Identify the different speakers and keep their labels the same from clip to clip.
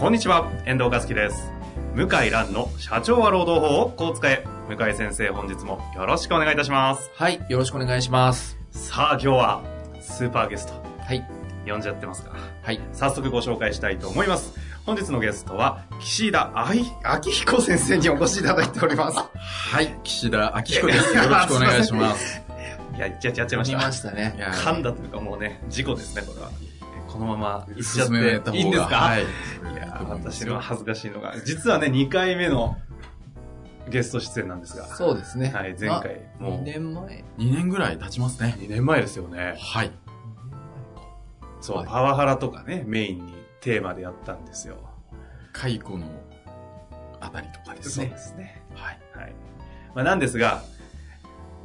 Speaker 1: こんにちは、遠藤和樹です。向井蘭の社長は労働法をこう使え。向井先生、本日もよろしくお願いいたします。
Speaker 2: はい、よろしくお願いします。
Speaker 1: さあ、今日はスーパーゲスト、
Speaker 2: はい、
Speaker 1: 呼んじゃってますか
Speaker 2: はい、
Speaker 1: 早速ご紹介したいと思います。本日のゲストは、岸田愛明彦先生にお越しいただいており ます。
Speaker 2: はい、岸田明彦です。よろしくお願いします。
Speaker 1: いや、やっちゃやっちゃいまし
Speaker 2: 見
Speaker 1: た
Speaker 2: ま。した
Speaker 3: い
Speaker 2: ね。
Speaker 3: や
Speaker 1: 噛んだというかもうね、事故ですね、これは。このまま行っちゃ
Speaker 2: 進め
Speaker 1: ったて
Speaker 2: 方
Speaker 1: いいんです
Speaker 2: が、
Speaker 1: か、、
Speaker 2: はいい。
Speaker 1: や
Speaker 2: と
Speaker 1: ー、
Speaker 2: 思います
Speaker 1: 私
Speaker 2: よ
Speaker 1: の恥ずかしいのが、実はね、2回目のゲスト出演なんですが。
Speaker 2: そうですね。
Speaker 1: はい、前回、
Speaker 2: まあ。
Speaker 1: もう
Speaker 2: 2年前
Speaker 3: 2年ぐらい経ちますね。
Speaker 1: 2年前ですよね。
Speaker 3: はい。
Speaker 1: そう、
Speaker 3: はい
Speaker 1: パワハラとかね、メインにテーマでやったんですよ。
Speaker 3: 解雇のあたりとかです
Speaker 1: そう
Speaker 3: ね
Speaker 1: で。すね。
Speaker 3: はい。
Speaker 1: はい。まあ、なんですが、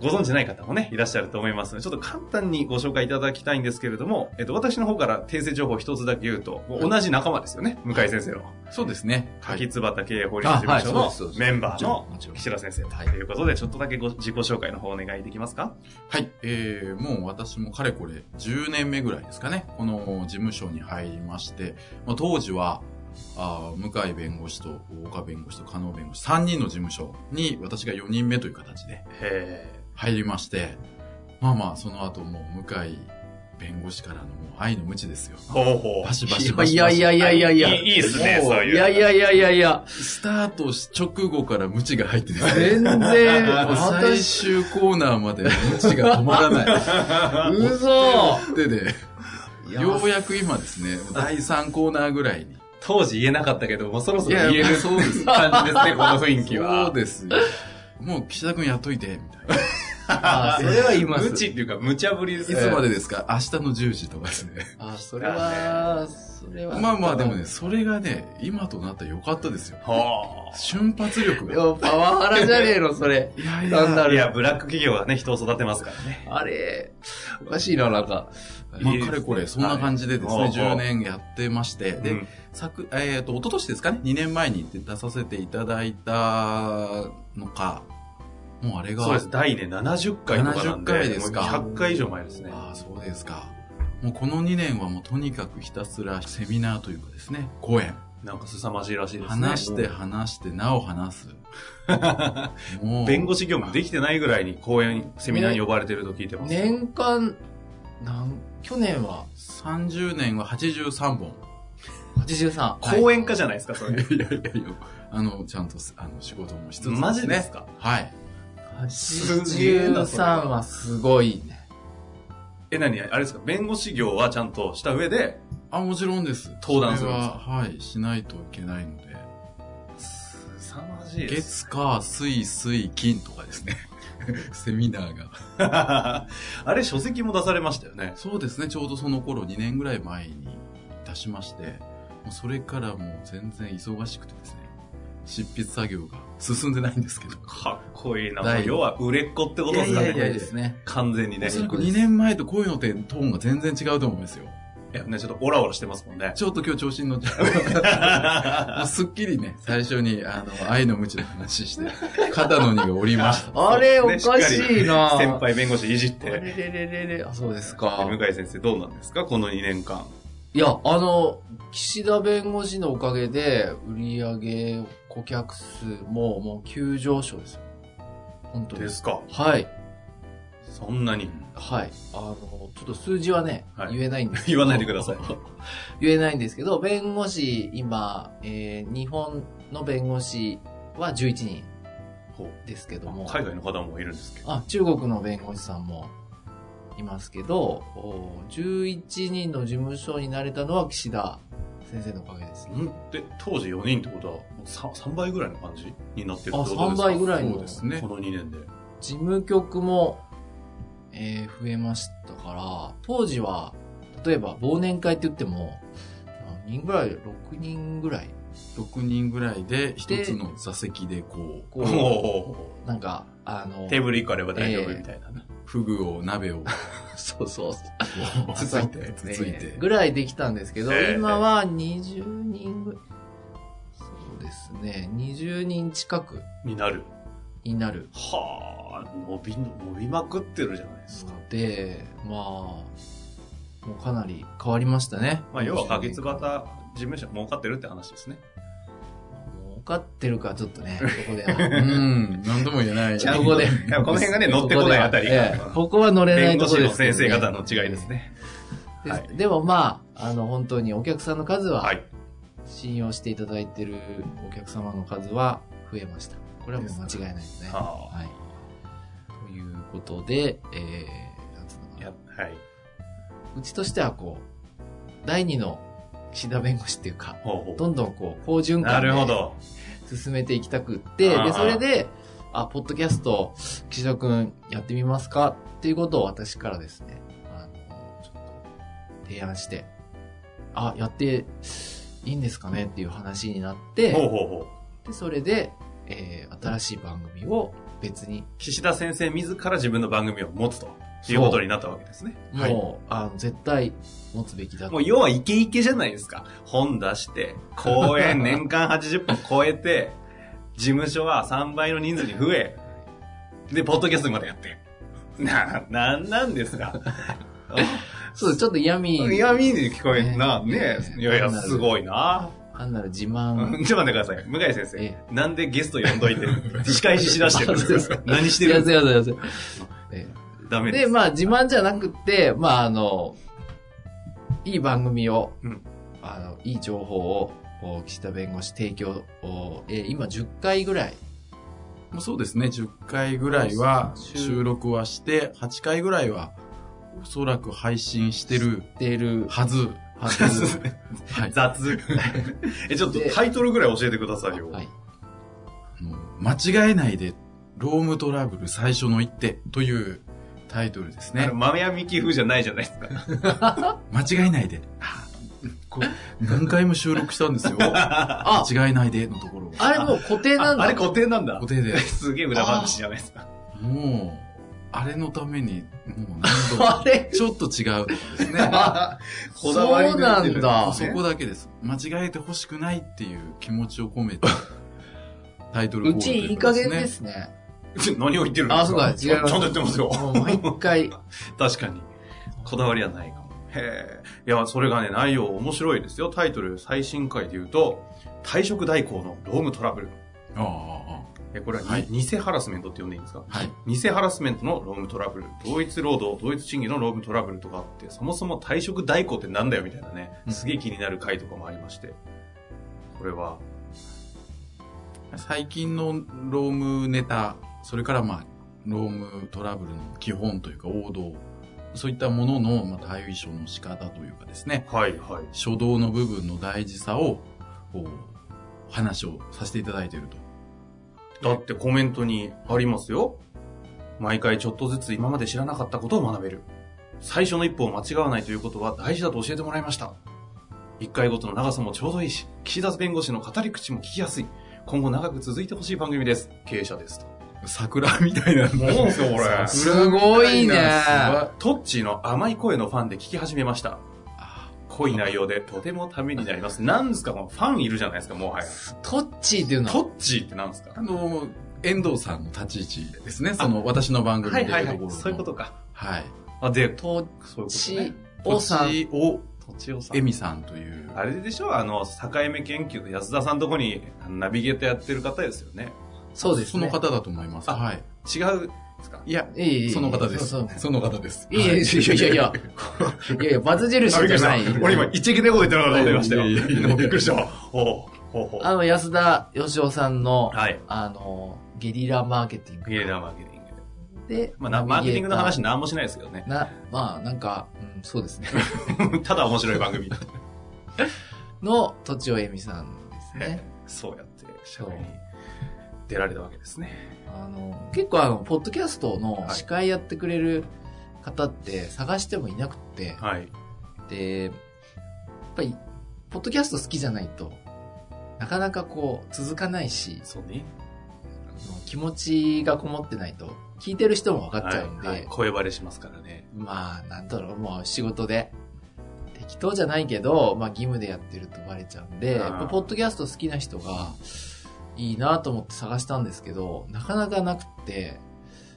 Speaker 1: ご存知ない方もね、いらっしゃると思いますので、ちょっと簡単にご紹介いただきたいんですけれども、えっと、私の方から訂正情報を一つだけ言うと、もう同じ仲間ですよね、向井先生の。
Speaker 3: そうですね。は
Speaker 1: 柿
Speaker 3: い。
Speaker 1: 椿経営法律事務所
Speaker 2: あはいそう
Speaker 1: の
Speaker 2: です
Speaker 1: メンバーの
Speaker 2: もちろんもちろん
Speaker 1: 岸田先生と
Speaker 2: はい
Speaker 1: いうことで、ちょっとだけご自己紹介の方お願いできますか
Speaker 3: はい。えー、もう私もかれこれ10年目ぐらいですかね。この事務所に入りまして、まあ、当時は、あー向井弁護士と岡弁護士と加納弁護士3人の事務所に私が4人目という形で
Speaker 1: へ
Speaker 3: 入りまして、まあまあその後もう向井弁護士からのもう愛の無知ですよ。
Speaker 1: ー。ほうほ
Speaker 3: バシバシバシバシ。
Speaker 2: いやいやいやいやいや。
Speaker 1: いいいいっすね
Speaker 2: も
Speaker 1: そういう
Speaker 2: いやいやいやいやいや。
Speaker 3: スタートし直後から無知が入ってですね。
Speaker 2: 全然、
Speaker 3: もう最
Speaker 2: 私、
Speaker 3: 終コーナーまで無知が止まら ない。
Speaker 2: 嘘
Speaker 3: でで、ようやく今ですね、第3コーナーぐらいに。
Speaker 1: う。当時言えなかったけど、もうそろそろ言える
Speaker 3: そうです。
Speaker 1: 感じですね、この雰囲気は。
Speaker 3: そうですよ。もう岸田君やっといて、みたいな。
Speaker 2: あそれは言います
Speaker 1: 無。知っていうか、無茶ぶりです
Speaker 3: い
Speaker 1: ね
Speaker 3: つまでですか明日の10時とかですね。
Speaker 2: あ、それは、それは。
Speaker 3: まあまあでもね、。それがね、今となったら良かったですよ。
Speaker 1: は
Speaker 3: 瞬発力
Speaker 2: い
Speaker 3: が。
Speaker 2: や、パワハラじゃねえの、それ。
Speaker 3: いやい
Speaker 2: なんだ
Speaker 1: あ。
Speaker 2: ろ。
Speaker 1: いうや、ブラック企業はね、人を育てますからね。
Speaker 2: あれ、おかしいな、なんか。
Speaker 3: まあ、かれこれ、そんな感じでですね、
Speaker 1: はい
Speaker 3: 10年やってまして、
Speaker 1: で、
Speaker 3: で、昨、えっ、と、一昨年ですかね、2年前に出させていただいたのか、もうあれが、
Speaker 1: そうです。第ね、70回とかなんで、
Speaker 3: 70回ですか
Speaker 1: もう100回以上前ですね。
Speaker 3: ああ、そうですか。もうこの2年はもうとにかくひたすらセミナーというかですね、講演。
Speaker 1: なんか凄まじいらしいですね。
Speaker 3: 話して話して、なお 話す。も
Speaker 1: 弁護士業務できてないぐらいに講演、セミナーに呼ばれてると聞いてます。
Speaker 2: 年間、なん、去年は
Speaker 3: 30年は83本。
Speaker 2: 83。
Speaker 1: 講演家じゃないですか、それ。
Speaker 3: いやいやいや、あの、ちゃんとすあの仕事もしつつ、
Speaker 1: マジですか
Speaker 3: はい。
Speaker 1: すげえなそれ
Speaker 2: 83はすごいね。
Speaker 1: え、何あれですか弁護士業はちゃんとした上で、
Speaker 3: あ、もちろんです。
Speaker 1: 登壇するん
Speaker 3: そ
Speaker 1: で
Speaker 3: れ
Speaker 1: す
Speaker 3: は、はい、しないといけないので。
Speaker 1: 凄まじいです。
Speaker 3: 月、火、水、水、金とかですね。 セミナーが。
Speaker 1: あれ、書籍も出されましたよね。
Speaker 3: そうですね、ちょうどその頃2年ぐらい前に出しまして、もうそれからもう全然忙しくてですね、執筆作業が進んでないんですけど。
Speaker 1: かっこいいな。も
Speaker 3: 第
Speaker 1: う
Speaker 3: 一
Speaker 1: 要は売れっ子ってことですか
Speaker 2: い
Speaker 1: ね。
Speaker 2: やいやいやですね。
Speaker 1: 完全にね。
Speaker 3: おそら
Speaker 1: い
Speaker 3: く2年前と声のトーンが全然違うと思うんですよ。
Speaker 1: や、ね、ちょっとオラオラしてますもん ね。
Speaker 3: ちょっと今日調子に乗っちゃう。もうすっきりね、最初に、あの、愛の無知の話して、肩の荷が下りました。
Speaker 2: あれ、お
Speaker 1: ね
Speaker 2: かしいな
Speaker 1: 先輩弁護士いじっ
Speaker 2: あ
Speaker 1: て。
Speaker 2: れれれれれあ、そうですか。
Speaker 1: 向井先生どうなんですかこの2年間。
Speaker 2: いや、あの、岸田弁護士のおかげで、売上顧客数ももう急上昇ですよ。本当
Speaker 1: で
Speaker 2: です。
Speaker 1: すか
Speaker 2: はい。
Speaker 1: そんなに。
Speaker 2: はい。あの、ちょっと数字はね、
Speaker 1: はい
Speaker 2: 言えないんです け
Speaker 1: 言
Speaker 2: ど
Speaker 1: わないでください。
Speaker 2: 言えないんですけど、弁護士、今、えー日本の弁護士は11人ですけども、
Speaker 1: 海外の方もいるんですけど。
Speaker 2: あ中国の弁護士さんもいますけど、お11人の事務所になれたのは岸田先生のおかげですね。
Speaker 1: んで、当時4人ってことは、もう 3, 3倍ぐらいの感じになってるって
Speaker 2: あ、
Speaker 1: ことですか
Speaker 2: 3倍ぐらい
Speaker 3: そう
Speaker 2: の
Speaker 3: です
Speaker 1: ね。
Speaker 3: ね
Speaker 1: こ。の2年で。
Speaker 2: 事務局も、えー増えましたから、当時は、例えば忘年会って言っても、何人ぐらい ?6 人ぐらい
Speaker 3: 6人ぐらいで一つの座席でこう、
Speaker 2: こ
Speaker 1: お
Speaker 2: う、なんか、あの、
Speaker 1: テーブル1個あれば大丈夫みたいなね。
Speaker 3: フグを鍋を
Speaker 2: そうそう、
Speaker 3: つついて、つつい
Speaker 2: え
Speaker 3: て
Speaker 2: ー。ぐらいできたんですけど、
Speaker 1: えー
Speaker 2: 今は20人ぐらい。そうですね、20人近く
Speaker 1: になる。
Speaker 2: になる
Speaker 1: はあ、伸び、伸びまくってるじゃないですか。
Speaker 2: ので、まあ、もうかなり変わりましたね。
Speaker 1: まあ、要は、花月型事務所儲かってるって話ですね。
Speaker 2: 儲かってるか、ちょっ とね、ここで
Speaker 3: う
Speaker 2: は。
Speaker 3: ん、なんとも言えない。
Speaker 2: ちゃんこで。
Speaker 1: やこの辺がね乗ってこないあたりが
Speaker 2: ええここは乗れな
Speaker 1: 弁
Speaker 2: いと
Speaker 1: 護
Speaker 2: こ
Speaker 1: 士
Speaker 2: で
Speaker 1: の
Speaker 2: すけどね
Speaker 1: 先生方の違いです。ね。
Speaker 2: で
Speaker 1: はい
Speaker 2: でもまあ、あの、本当にお客さんの数は、
Speaker 1: はい。
Speaker 2: 信用していただいてるお客様の数は増えました。これはもう間違いないですね。
Speaker 1: あ
Speaker 2: はい。ということで、えー、なんつうの
Speaker 1: い
Speaker 2: か
Speaker 1: や
Speaker 2: な。
Speaker 1: はいう
Speaker 2: ちとしてはこう、第二の岸田弁護士っていうか、
Speaker 1: ほうほう
Speaker 2: どんどんこう、好循
Speaker 1: な
Speaker 2: 環
Speaker 1: るほ
Speaker 2: で
Speaker 1: ど。
Speaker 2: 進めていきたくって、
Speaker 1: あー
Speaker 2: で、それで、あ、ポッドキャスト、岸田くんやってみますかっていうことを私からですね、あの、ちょっと提案して、あ、やっていいんですかねっていう話になって、
Speaker 1: ほうほうほう。
Speaker 2: で、それで、えー新しい番組を別に、
Speaker 1: 岸田先生自ら自分の番組を持つということになったわけですね。
Speaker 2: もう、
Speaker 3: はい
Speaker 2: あの、絶対持つべきだと。
Speaker 1: もう要はイケイケじゃないですか。本出して、公 演年間80本超えて、事務所は3倍の人数に増え、で、ポッドキャストまでやって。な、なんなんです か。
Speaker 2: そうです、ちょっと嫌味、
Speaker 1: 嫌味に聞こえんな、ね
Speaker 2: ね
Speaker 1: いやいや、すごいな。
Speaker 2: 単なる自
Speaker 1: ちょ
Speaker 2: 慢。
Speaker 1: っと待ってください。向井先生
Speaker 2: え、
Speaker 1: なんでゲスト呼んどい て、仕返ししだしてるん
Speaker 2: そう
Speaker 1: で
Speaker 2: ですす
Speaker 1: か
Speaker 2: か
Speaker 1: 何して
Speaker 2: い
Speaker 1: る
Speaker 2: や
Speaker 1: ん
Speaker 2: い
Speaker 1: です
Speaker 2: やいやいやいやえ
Speaker 1: かダ
Speaker 2: え
Speaker 1: メで
Speaker 2: で、
Speaker 1: す。
Speaker 2: まあ、自慢じゃなくって、まあ、あの、いい番組を、
Speaker 1: うん
Speaker 2: あの、いい情報を、こう岸田弁護士提供を、えー今10回ぐらい、
Speaker 3: もうそうですね、10回ぐらいは収録はして、8回ぐらいはおそらく配信してる
Speaker 2: 出る
Speaker 3: はず。
Speaker 2: はず。
Speaker 3: はい。
Speaker 1: 雑。 え、ちょっとタイトルぐらい教えてくださいよ。
Speaker 2: はい。
Speaker 3: あの間違えないで、ロームトラブル最初の一手というタイトルです
Speaker 1: あ
Speaker 3: ね
Speaker 1: の。豆やみ寄付じゃないじゃないですか。
Speaker 3: 間違えないで。あこう何回も収録したんですよ。間
Speaker 2: あ、
Speaker 3: 違えないでのところ。
Speaker 2: あれもう固定なん
Speaker 1: あ
Speaker 2: だ。
Speaker 1: あれ固定なんだ。
Speaker 3: 固。定で
Speaker 1: すげえ裏話じゃないですか。
Speaker 3: もう、あれのために、もう何度
Speaker 2: あ
Speaker 3: も。
Speaker 2: れ
Speaker 3: ちょっと違うとかですね。
Speaker 1: こだわり
Speaker 2: そ
Speaker 1: 抜
Speaker 2: うない
Speaker 1: てる
Speaker 2: んだ。
Speaker 3: そこだけです。間違えてほしくないっていう気持ちを込めて、タイトル
Speaker 2: う
Speaker 3: コールと
Speaker 2: ち
Speaker 3: いう
Speaker 2: いい
Speaker 3: か
Speaker 2: 加
Speaker 3: です
Speaker 2: 減
Speaker 3: ね
Speaker 2: ですね。
Speaker 1: ちょ何を言ってるんですか
Speaker 2: あ、そうか、違います。
Speaker 1: ちゃんと言ってますよ。
Speaker 2: もう毎回。
Speaker 1: 確かに。こだわりはないかも。へえ。いや、それがね、内容面白いですよ。タイトル最新回で言うと、退職代行のロームトラブル。
Speaker 3: ああ
Speaker 1: え、これはに、
Speaker 3: はい
Speaker 1: 偽ハラスメントって呼んでいいんですか
Speaker 3: ああ、はい。
Speaker 1: 偽ハラスメントのロームトラブル、同一労働、同一賃金のロームトラブルとかあって、そもそも退職代行ってなんだよみたいなね、
Speaker 3: うん
Speaker 1: すげえ気になる回とかもありまして。これは、
Speaker 3: 最近のロームネタ、それからまあ、ロームトラブルの基本というか王道、そういったものの、まあ、対処の仕方というかですね、
Speaker 1: はいはい。
Speaker 3: 初動の部分の大事さを、こう、話をさせていただいていると。
Speaker 1: だってコメントにありますよ。毎回ちょっとずつ今まで知らなかったことを学べる。最初の一歩を間違わないということは大事だと教えてもらいました。一回ごとの長さもちょうどいいし、岸田弁護士の語り口も聞きやすい。今後長く続いてほしい番組です。経営者ですと。
Speaker 3: 桜みたいな。
Speaker 1: そう ですよ、これ
Speaker 2: すごいね。
Speaker 1: トッチーの甘い声のファンで聞き始めました。濃い内容でとてもためになります。なんですか、このファンいるじゃないですか、もはや。
Speaker 2: トッチーっていうの
Speaker 1: トッチーってなんですか
Speaker 3: あの、遠藤さんの立ち位置ですね。その、私の番組
Speaker 1: は
Speaker 3: で
Speaker 1: いはい
Speaker 3: いう
Speaker 1: は
Speaker 3: と
Speaker 1: い
Speaker 3: ころ。の
Speaker 1: そういうことか。
Speaker 3: はい。
Speaker 1: あ、で、
Speaker 2: ト
Speaker 1: そういうこと
Speaker 2: チ
Speaker 1: ね。
Speaker 2: おさん。
Speaker 3: 土地を、
Speaker 1: とちおさ
Speaker 3: え
Speaker 1: ん。
Speaker 3: みさんという。
Speaker 1: あれでしょあの、境目研究の安田さんとこにあのナビゲーターやってる方ですよね。
Speaker 2: そうです
Speaker 3: その
Speaker 2: ね。
Speaker 3: 方だと思います。
Speaker 1: あ
Speaker 3: はい。
Speaker 1: 違うですか
Speaker 3: いや、
Speaker 2: いえいえいえ
Speaker 3: その方です。
Speaker 2: そう
Speaker 3: そ
Speaker 2: そう
Speaker 3: の方 です。
Speaker 2: いやいやいやいや、いやいや、バツ印じゃない。
Speaker 1: 俺今、一撃でこいたのかと思いましたよ。
Speaker 3: いやいやいやいや
Speaker 1: びっくりしたわ。ほう、ほうほう。
Speaker 2: あの、安田義雄さんの、
Speaker 1: はい。
Speaker 2: あの、ゲリラマーケティング
Speaker 1: ゲリラマーケティングで。
Speaker 2: で、
Speaker 1: まあな、マーケティングの話
Speaker 2: な。
Speaker 1: なんもしないですけどね。
Speaker 2: まあ、なんか、うん、そうですね。
Speaker 1: ただ面白い番組。
Speaker 2: の、とちおえみさんですね。
Speaker 1: そうやって、社会に出られたわけですね。
Speaker 2: あの、結構あの、ポッドキャストの司会やってくれる方って探してもいなくて、
Speaker 1: はい。
Speaker 2: で、やっぱり、ポッドキャスト好きじゃないと、なかなかこう、続かないし、
Speaker 1: そうね。
Speaker 2: あの気持ちがこもってないと、聞いてる人も分かっちゃうんで、
Speaker 1: はいはい声バレしますからね。
Speaker 2: まあ、なんだろう、もう仕事で、適当じゃないけど、まあ義務でやってるとバレちゃうんで、
Speaker 1: うん
Speaker 2: やっぱポッドキャスト好きな人が、いいなと思って探したんですけど、なかなかなくって、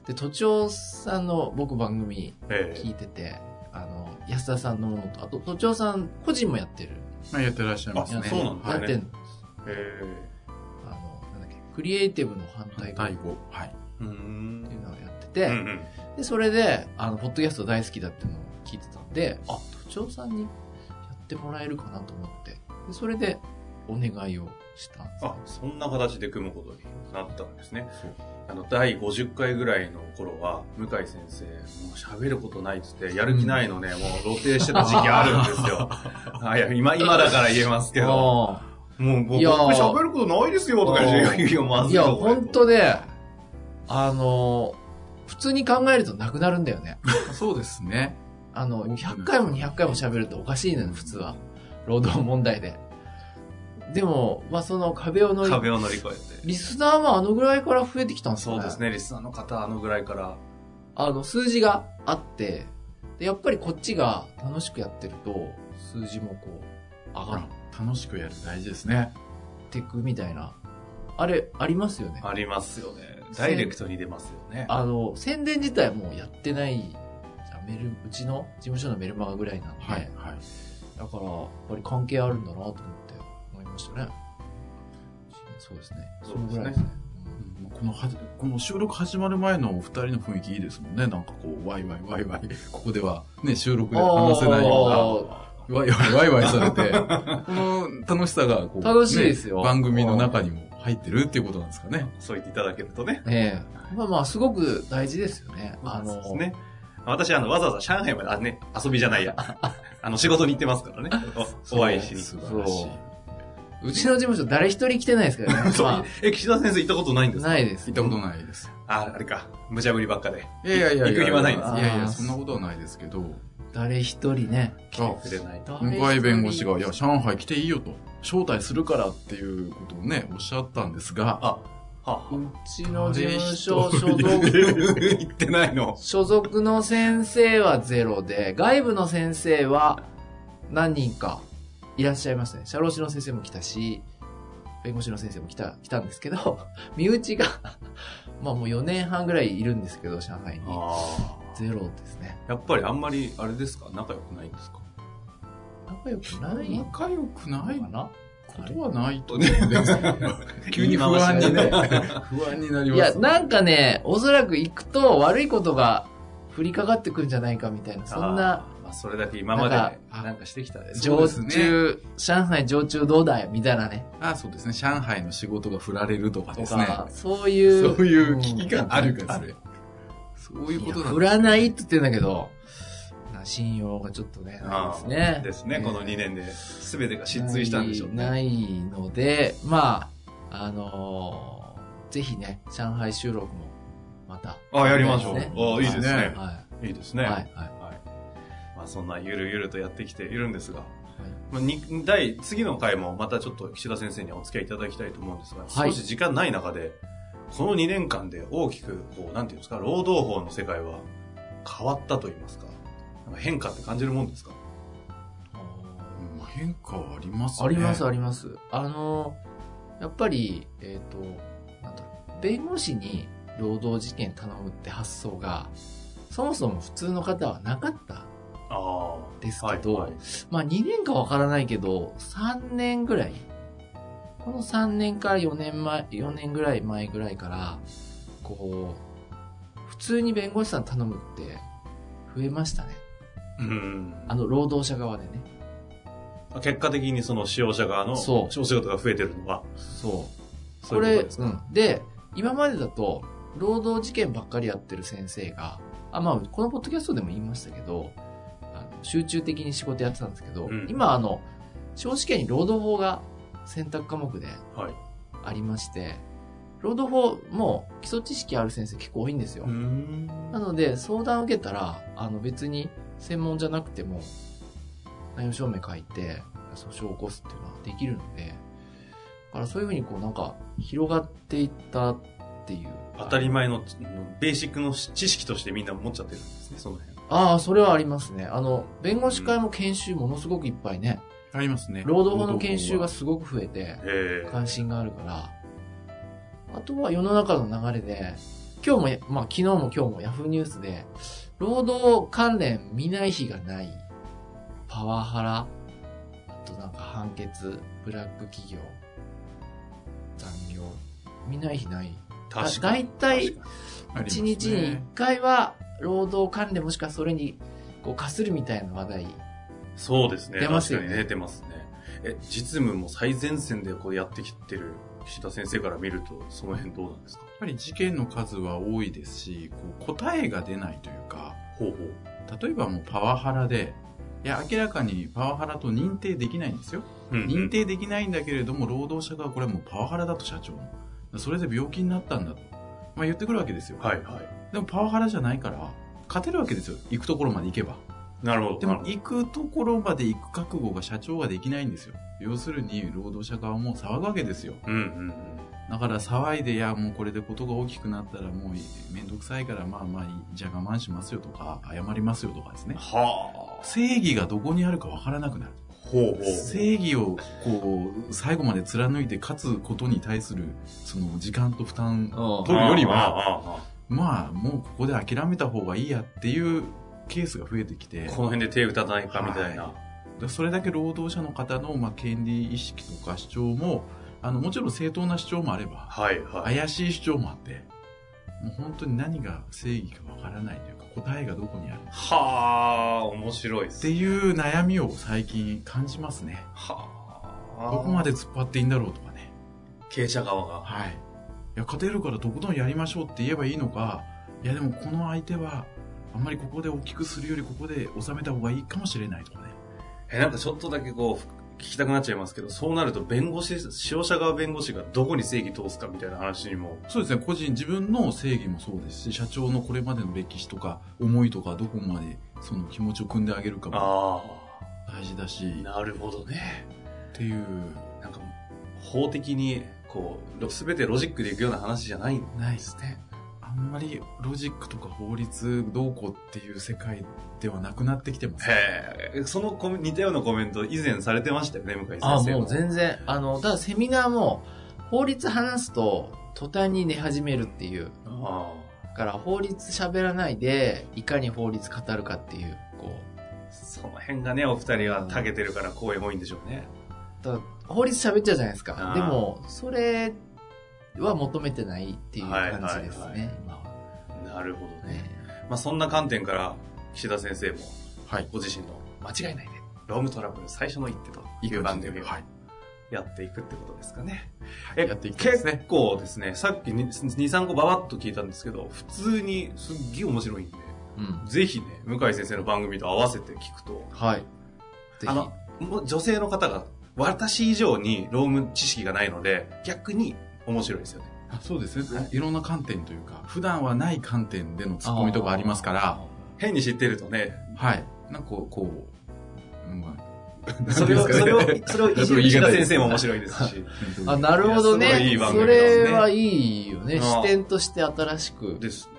Speaker 2: で、都庁さんの僕番組
Speaker 1: ええ
Speaker 2: 聞いてて、あの、安田さんのものと、あと都庁さん個人もやってる。
Speaker 3: まあ、やってらっしゃいますね。
Speaker 1: あそうなんだ
Speaker 2: や
Speaker 1: ね
Speaker 2: ってんの。
Speaker 1: え
Speaker 2: あの、なんだっけ、クリエイティブの反対語っ
Speaker 3: 第5。はい。
Speaker 1: えうーん。
Speaker 2: ていうのをやって
Speaker 1: う
Speaker 2: て、
Speaker 1: んうん。
Speaker 2: で、それで、あの、ポッドキャスト大好きだっていうのを聞いてたんで、あ、都庁さんにやってもらえるかなと思って、でそれでお願いをしたんです
Speaker 1: あ、そんな形で組むことになったんですね。あの、第50回ぐらいの頃は、向井先生、もう喋ることないっつって、やる気ないのね、もう露呈してた時期あるんです よ。あいや、今、今だから言えますけ
Speaker 2: け
Speaker 1: ど、
Speaker 2: ど、
Speaker 1: もう僕、
Speaker 2: いやー
Speaker 1: 喋ることないですよ、とか言
Speaker 2: あ
Speaker 1: う
Speaker 2: ー
Speaker 1: いや、まず
Speaker 2: い
Speaker 1: い
Speaker 2: や、
Speaker 1: ぞこれ
Speaker 2: 本当ね、あの、普通に考えるとなくなるんだよね。
Speaker 3: そうですね。
Speaker 2: あの、100回も200回も喋るとおかしいのよ、普通は。労働問題で。でも、まあ、その壁を乗り、
Speaker 1: 壁を乗り越えて。
Speaker 2: リスナーもあのぐらいから増えてきたんですよ
Speaker 1: そうですね、リスナーの方、あのぐらいから。
Speaker 2: あの、数字があって、で、やっぱりこっちが楽しくやってると、数字もこう、上が
Speaker 3: 楽しくやる大事ですね。
Speaker 2: っていくみたいな、あれ、ありますよね。
Speaker 1: ありますよね。ダイレクトに出ますよね。
Speaker 2: あの、宣伝自体もうやってない、じゃあメル、うちの事務所のメルマガぐらいなんで、
Speaker 3: はい。はい。
Speaker 2: だから、やっぱり関係あるんだなと思って思いましたね。そうですね。
Speaker 1: そうですね
Speaker 2: のぐらいですね。
Speaker 3: うんこのはじこの収録始まる前のお二人の雰囲気いいですもんね。なんかこう、ワイワイワイワイ。ここではね、収録で話せないような。ワイワイワイワイされて、この楽しさがこう、
Speaker 2: 楽しいですよ
Speaker 3: ね番組の中にも入ってるっていうことなんですかね。
Speaker 1: そう言っていただけるとね。
Speaker 2: うんねえ。まあまあ、すごく大事ですよね。あ
Speaker 1: そうで
Speaker 2: の、
Speaker 1: すね。私、あの、わざわざ上海まで、あ、ね、遊びじゃないや。あの、仕事に行ってますからね。おお会いしに。
Speaker 3: 素晴らしい
Speaker 2: そう。うちの事務所誰一人来てないですからね。
Speaker 1: そう
Speaker 2: ま
Speaker 1: え、岸田先生行ったことないん
Speaker 2: あ、
Speaker 1: ですか
Speaker 2: ないです。
Speaker 3: 行ったことないです。
Speaker 1: あ、あれか。無茶ぶりばっかで。
Speaker 3: いやいやいや
Speaker 1: 行く暇ないんです
Speaker 3: いやいや、そんなことはないですけど、
Speaker 2: 誰一人ね。
Speaker 1: 来てくれないと。
Speaker 3: 向井弁護士が、いや、
Speaker 2: し
Speaker 3: 上海来ていいよと、招待するからっていうことをね、おっしゃったんですが、
Speaker 1: あ、は
Speaker 2: うちの事務
Speaker 3: あ
Speaker 2: 所
Speaker 3: れ一人
Speaker 2: 所
Speaker 1: あ、
Speaker 2: 属、
Speaker 1: 行ってないの。
Speaker 2: 所属の先生はゼロで、外部の先生は何人かいらっしゃいましたね。社労士の先生も来たし、弁護士の先生も来た、来たんですけど、 身内が、まあもう4年半ぐらいいるんですけど、上海に。
Speaker 1: あ
Speaker 2: ゼロですね。
Speaker 1: あ。やっぱりあんまり、あれですか仲良くないんですか
Speaker 2: 仲良くないの
Speaker 3: 仲良くない
Speaker 2: かな
Speaker 3: ことはない とね、急に不安にね、 不安になり
Speaker 2: い
Speaker 3: ま
Speaker 2: や、
Speaker 3: す。
Speaker 2: なんかね、おそらく行くと悪いことが降りかかってくるんじゃないかみたいな、そんな、
Speaker 1: あー。まあ、それだけ今まで、
Speaker 2: な
Speaker 1: なん
Speaker 2: ん
Speaker 3: か
Speaker 1: かしてきたです。
Speaker 3: そう
Speaker 2: 常
Speaker 3: ですね
Speaker 2: 駐、上海常駐どうだいみたいなね。
Speaker 3: あそうですね、上海の仕事が振られるとか
Speaker 2: と
Speaker 3: ですね、
Speaker 2: か、そういう。
Speaker 3: そういう危機感ある
Speaker 2: うん
Speaker 3: からね。そういう
Speaker 2: い
Speaker 3: こ
Speaker 2: や
Speaker 3: となん
Speaker 2: 振らないって言ってんだけど、な信用がちょっとね、
Speaker 1: あ
Speaker 2: ないです
Speaker 1: ー
Speaker 2: ね。
Speaker 1: ですね。この2年で、すべてが失墜したんでしょうね。
Speaker 2: ないないので、まあ、あのーぜひね、上海収録も、また。
Speaker 1: あ、やりましょう。
Speaker 2: ですね
Speaker 1: あいいですね。
Speaker 2: はい
Speaker 1: いです
Speaker 2: い。
Speaker 1: ね。
Speaker 2: はい。はい。
Speaker 1: まあ、そんなゆるゆるとやってきているんですが、まあ、に第次の回もまたちょっと岸田先生にはお付き合いいただきたいと思うんですが、
Speaker 2: はい
Speaker 1: 少し時間ない中でこの2年間で大きくこうなんていうんですか労働法の世界は変わったと言いますかなんか変化って感じるもんですか
Speaker 3: うん変化はありますね。
Speaker 2: ありますあります。あの、やっぱり、えっ、と、なんだろう、弁護士に労働事件頼むって発想が、そもそも普通の方はなかった。
Speaker 1: ああ
Speaker 2: ですけどまあ2年かわからないけど、3年ぐらい。この3年から4年前、4年ぐらい前ぐらいから、こう、普通に弁護士さん頼むって増えましたね。
Speaker 1: うん
Speaker 2: あの、労働者側でね。
Speaker 1: 結果的にその使用者側の
Speaker 2: そう
Speaker 1: お仕事が増えてるのは
Speaker 2: そう。
Speaker 1: そう
Speaker 2: こ
Speaker 1: いう
Speaker 2: れ、
Speaker 1: ことです
Speaker 2: う
Speaker 1: か
Speaker 2: ん。で、今までだと、労働事件ばっかりやってる先生が、あ、まあ、このポッドキャストでも言いましたけど、あの集中的に仕事やってたんですけど、
Speaker 1: うん
Speaker 2: 今、あの、司法試験に労働法が選択科目で
Speaker 1: はい
Speaker 2: ありまして、労働法も基礎知識ある先生結構多いんですよ。
Speaker 1: ん
Speaker 2: なので、相談受けたら、あの別に専門じゃなくても、内容証明書いて、訴訟を起こすっていうのはできるので、だからそういうふうにこうなんか広がっていったっていう。
Speaker 1: 当たり前のうんベーシックの知識としてみんな持っちゃってるんですね、その辺。
Speaker 2: ああ、それはありますね。あの、弁護士会も研修ものすごくいっぱいね、
Speaker 3: ありますね。
Speaker 2: 労働法の研修がすごく増えて、
Speaker 1: ええ
Speaker 2: 関心があるから、あとは世の中の流れで、今日も、まあ昨日も今日もヤフーニュースで、労働関連見ない日がない、パワハラ、あとなんか判決、ブラック企業、残業、見ない日ない。
Speaker 1: 確
Speaker 2: だ
Speaker 1: かに。
Speaker 2: いたい
Speaker 1: 確か
Speaker 3: ありますね
Speaker 2: 1日に1回は労働関連もしくはそれにこうかするみたいな話題。
Speaker 1: にそうですね。
Speaker 2: 出ますよね
Speaker 1: 確かに出てますね。え、実務も最前線でこうやってきてる岸田先生から見ると、その辺どうなんですか
Speaker 3: やっぱり事件の数は多いですし、こう答えが出ないというか、
Speaker 1: ほうほう。
Speaker 3: 例えばもうパワハラで、いや、明らかにパワハラと認定できないんですよ。
Speaker 1: うんうん
Speaker 3: 認定できないんだけれども、労働者がこれはもうパワハラだと社長も。それで病気になったんだと。まあ言ってくるわけですよ。
Speaker 1: はいはい。
Speaker 3: でもパワハラじゃないから、勝てるわけですよ。行くところまで行けば。
Speaker 1: なるほど。
Speaker 3: で
Speaker 1: なる
Speaker 3: も
Speaker 1: ほど
Speaker 3: 行くところまで行く覚悟が社長はできないんですよ。要するに労働者側も騒ぐわけですよ。
Speaker 1: うんうんうん。
Speaker 3: だから騒いで、いや、もうこれでことが大きくなったらもうめんどくさいから、まあまあいい、じゃあ我慢しますよとか、謝りますよとかですね。
Speaker 1: はあ。
Speaker 3: 正義がどこにあるかわからなくなる。
Speaker 1: ほうほう。
Speaker 3: 正義をこう、最後まで貫いて勝つことに対する、その時間と負担、取るよりは
Speaker 1: あああああ
Speaker 3: まあもうここで諦めた方がいいやっていうケースが増えてきて
Speaker 1: あ、この辺で手打たないかみたいな。
Speaker 3: はでそれだけ労働者の方の、まあ、権利意識とか主張もあのもちろん正当な主張もあれば
Speaker 1: はいはい。
Speaker 3: 怪しい主張もあってもう本当に何が正義かわからないというか答えがどこにあるっ
Speaker 1: はあ、面白いです
Speaker 3: て
Speaker 1: ね。
Speaker 3: いう悩みを最近感じますね
Speaker 1: はあ。
Speaker 3: どこまで突っ張っていいんだろうとかね
Speaker 1: 経営者側が。
Speaker 3: はいいや勝てるからとことんやりましょうって言えばいいのかいやでもこの相手はあんまりここで大きくするよりここで収めた方がいいかもしれないとかね
Speaker 1: え、なんかちょっとだけこう、聞きたくなっちゃいますけど、そうなると弁護士、使用者側弁護士がどこに正義通すかみたいな話にも。
Speaker 3: そうですね、個人、自分の正義もそうですし、社長のこれまでの歴史とか、思いとか、どこまでその気持ちを組んであげるかも
Speaker 1: あ
Speaker 3: 大事だし、
Speaker 1: あ、
Speaker 3: っ
Speaker 1: なるほどね。
Speaker 3: ていう、
Speaker 1: なんか、法的に、こう、すべてロジックでいくような話じゃないん
Speaker 3: ない
Speaker 1: ですね。
Speaker 3: あんまりロジックとか法律どうこうっていう世界ではなくなってきてます。
Speaker 1: へえ、そのコメ似たようなコメント以前されてましたよね、向井先生。
Speaker 2: ああ、もう全然。あの、ただセミナーも、法律話すと、途端に寝始めるっていう。
Speaker 1: あ
Speaker 2: だから、法律喋らないで、いかに法律語るかっていう、こう。
Speaker 1: あ、その辺がね、お二人は長けてるから声も多いんでしょうね。
Speaker 2: ただ法律喋っちゃうじゃないですか
Speaker 1: あ。ー
Speaker 2: でも、それは求めてないっていう感じです
Speaker 1: はいはいはい
Speaker 2: ね、今は
Speaker 1: なるほどね。
Speaker 2: ね。
Speaker 1: まあ、そんな観点から、岸田先生も、
Speaker 3: はい。
Speaker 1: ご自身の間違いないで、ロームトラブル最初の一手という番組を
Speaker 3: はい。
Speaker 1: やっていくってことですかね。え
Speaker 3: やっていきたいです
Speaker 1: 結
Speaker 3: ね。
Speaker 1: 構ですね、さっきに2、3個ばばっと聞いたんですけど、普通にすっげえ面白いんで、
Speaker 2: うん。
Speaker 1: ぜひね、向井先生の番組と合わせて聞くと、
Speaker 2: はい。ぜひ。
Speaker 1: あの、もう女性の方が、私以上にローム知識がないので、逆に面白いですよね。
Speaker 3: あそうですね、い。ろんな観点というか、普段はない観点でのツッコミとかありますから、
Speaker 1: 変に知ってるとね、
Speaker 3: はい。なんかこう、こう、うんまあ
Speaker 1: それを、
Speaker 3: なんてい
Speaker 1: それ
Speaker 3: うん
Speaker 1: を
Speaker 3: で すかね、
Speaker 1: それをいじる
Speaker 3: 言い
Speaker 1: 岸
Speaker 3: 方
Speaker 1: 田
Speaker 3: です
Speaker 1: 先生も面白いですし。
Speaker 2: あ、なるほど
Speaker 1: いやすごいい
Speaker 2: ね。
Speaker 1: い番
Speaker 2: そ
Speaker 1: 組ですね
Speaker 2: れはいいよね。
Speaker 1: うん
Speaker 2: 視点として新し く。
Speaker 1: ですね。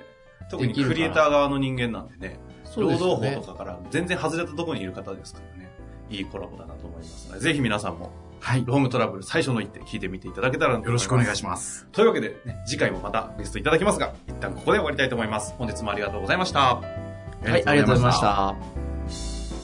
Speaker 1: 特にクリエイター側の人間なんでね、
Speaker 2: そう
Speaker 1: 労
Speaker 2: です
Speaker 1: 働
Speaker 2: よね
Speaker 1: 法とかから全然外れたところにいる方ですからね、いいコラボだなと思いますので、ぜひ皆さんも、
Speaker 3: はい。
Speaker 1: ロームトラブル最初の一手聞いてみていただけたらよ
Speaker 3: よろしくお願いします。
Speaker 1: す。というわけで、ね、次回もまたゲストいただきますが、一旦ここで終わりたいと思います。本日もありがとうございました。
Speaker 2: はい、ありがとうございまし。た。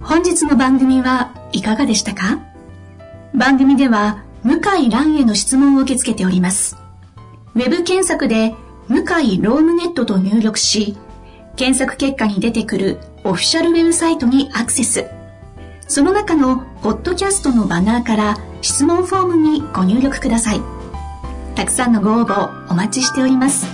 Speaker 4: 本日の番組はいかがでしたか番組では向井蘭への質問を受け付けております。ウェブ検索で向井ロームネットと入力し、検索結果に出てくるオフィシャルウェブサイトにアクセス。その中のポッドキャストのバナーから質問フォームにご入力ください。たくさんのご応募お待ちしております。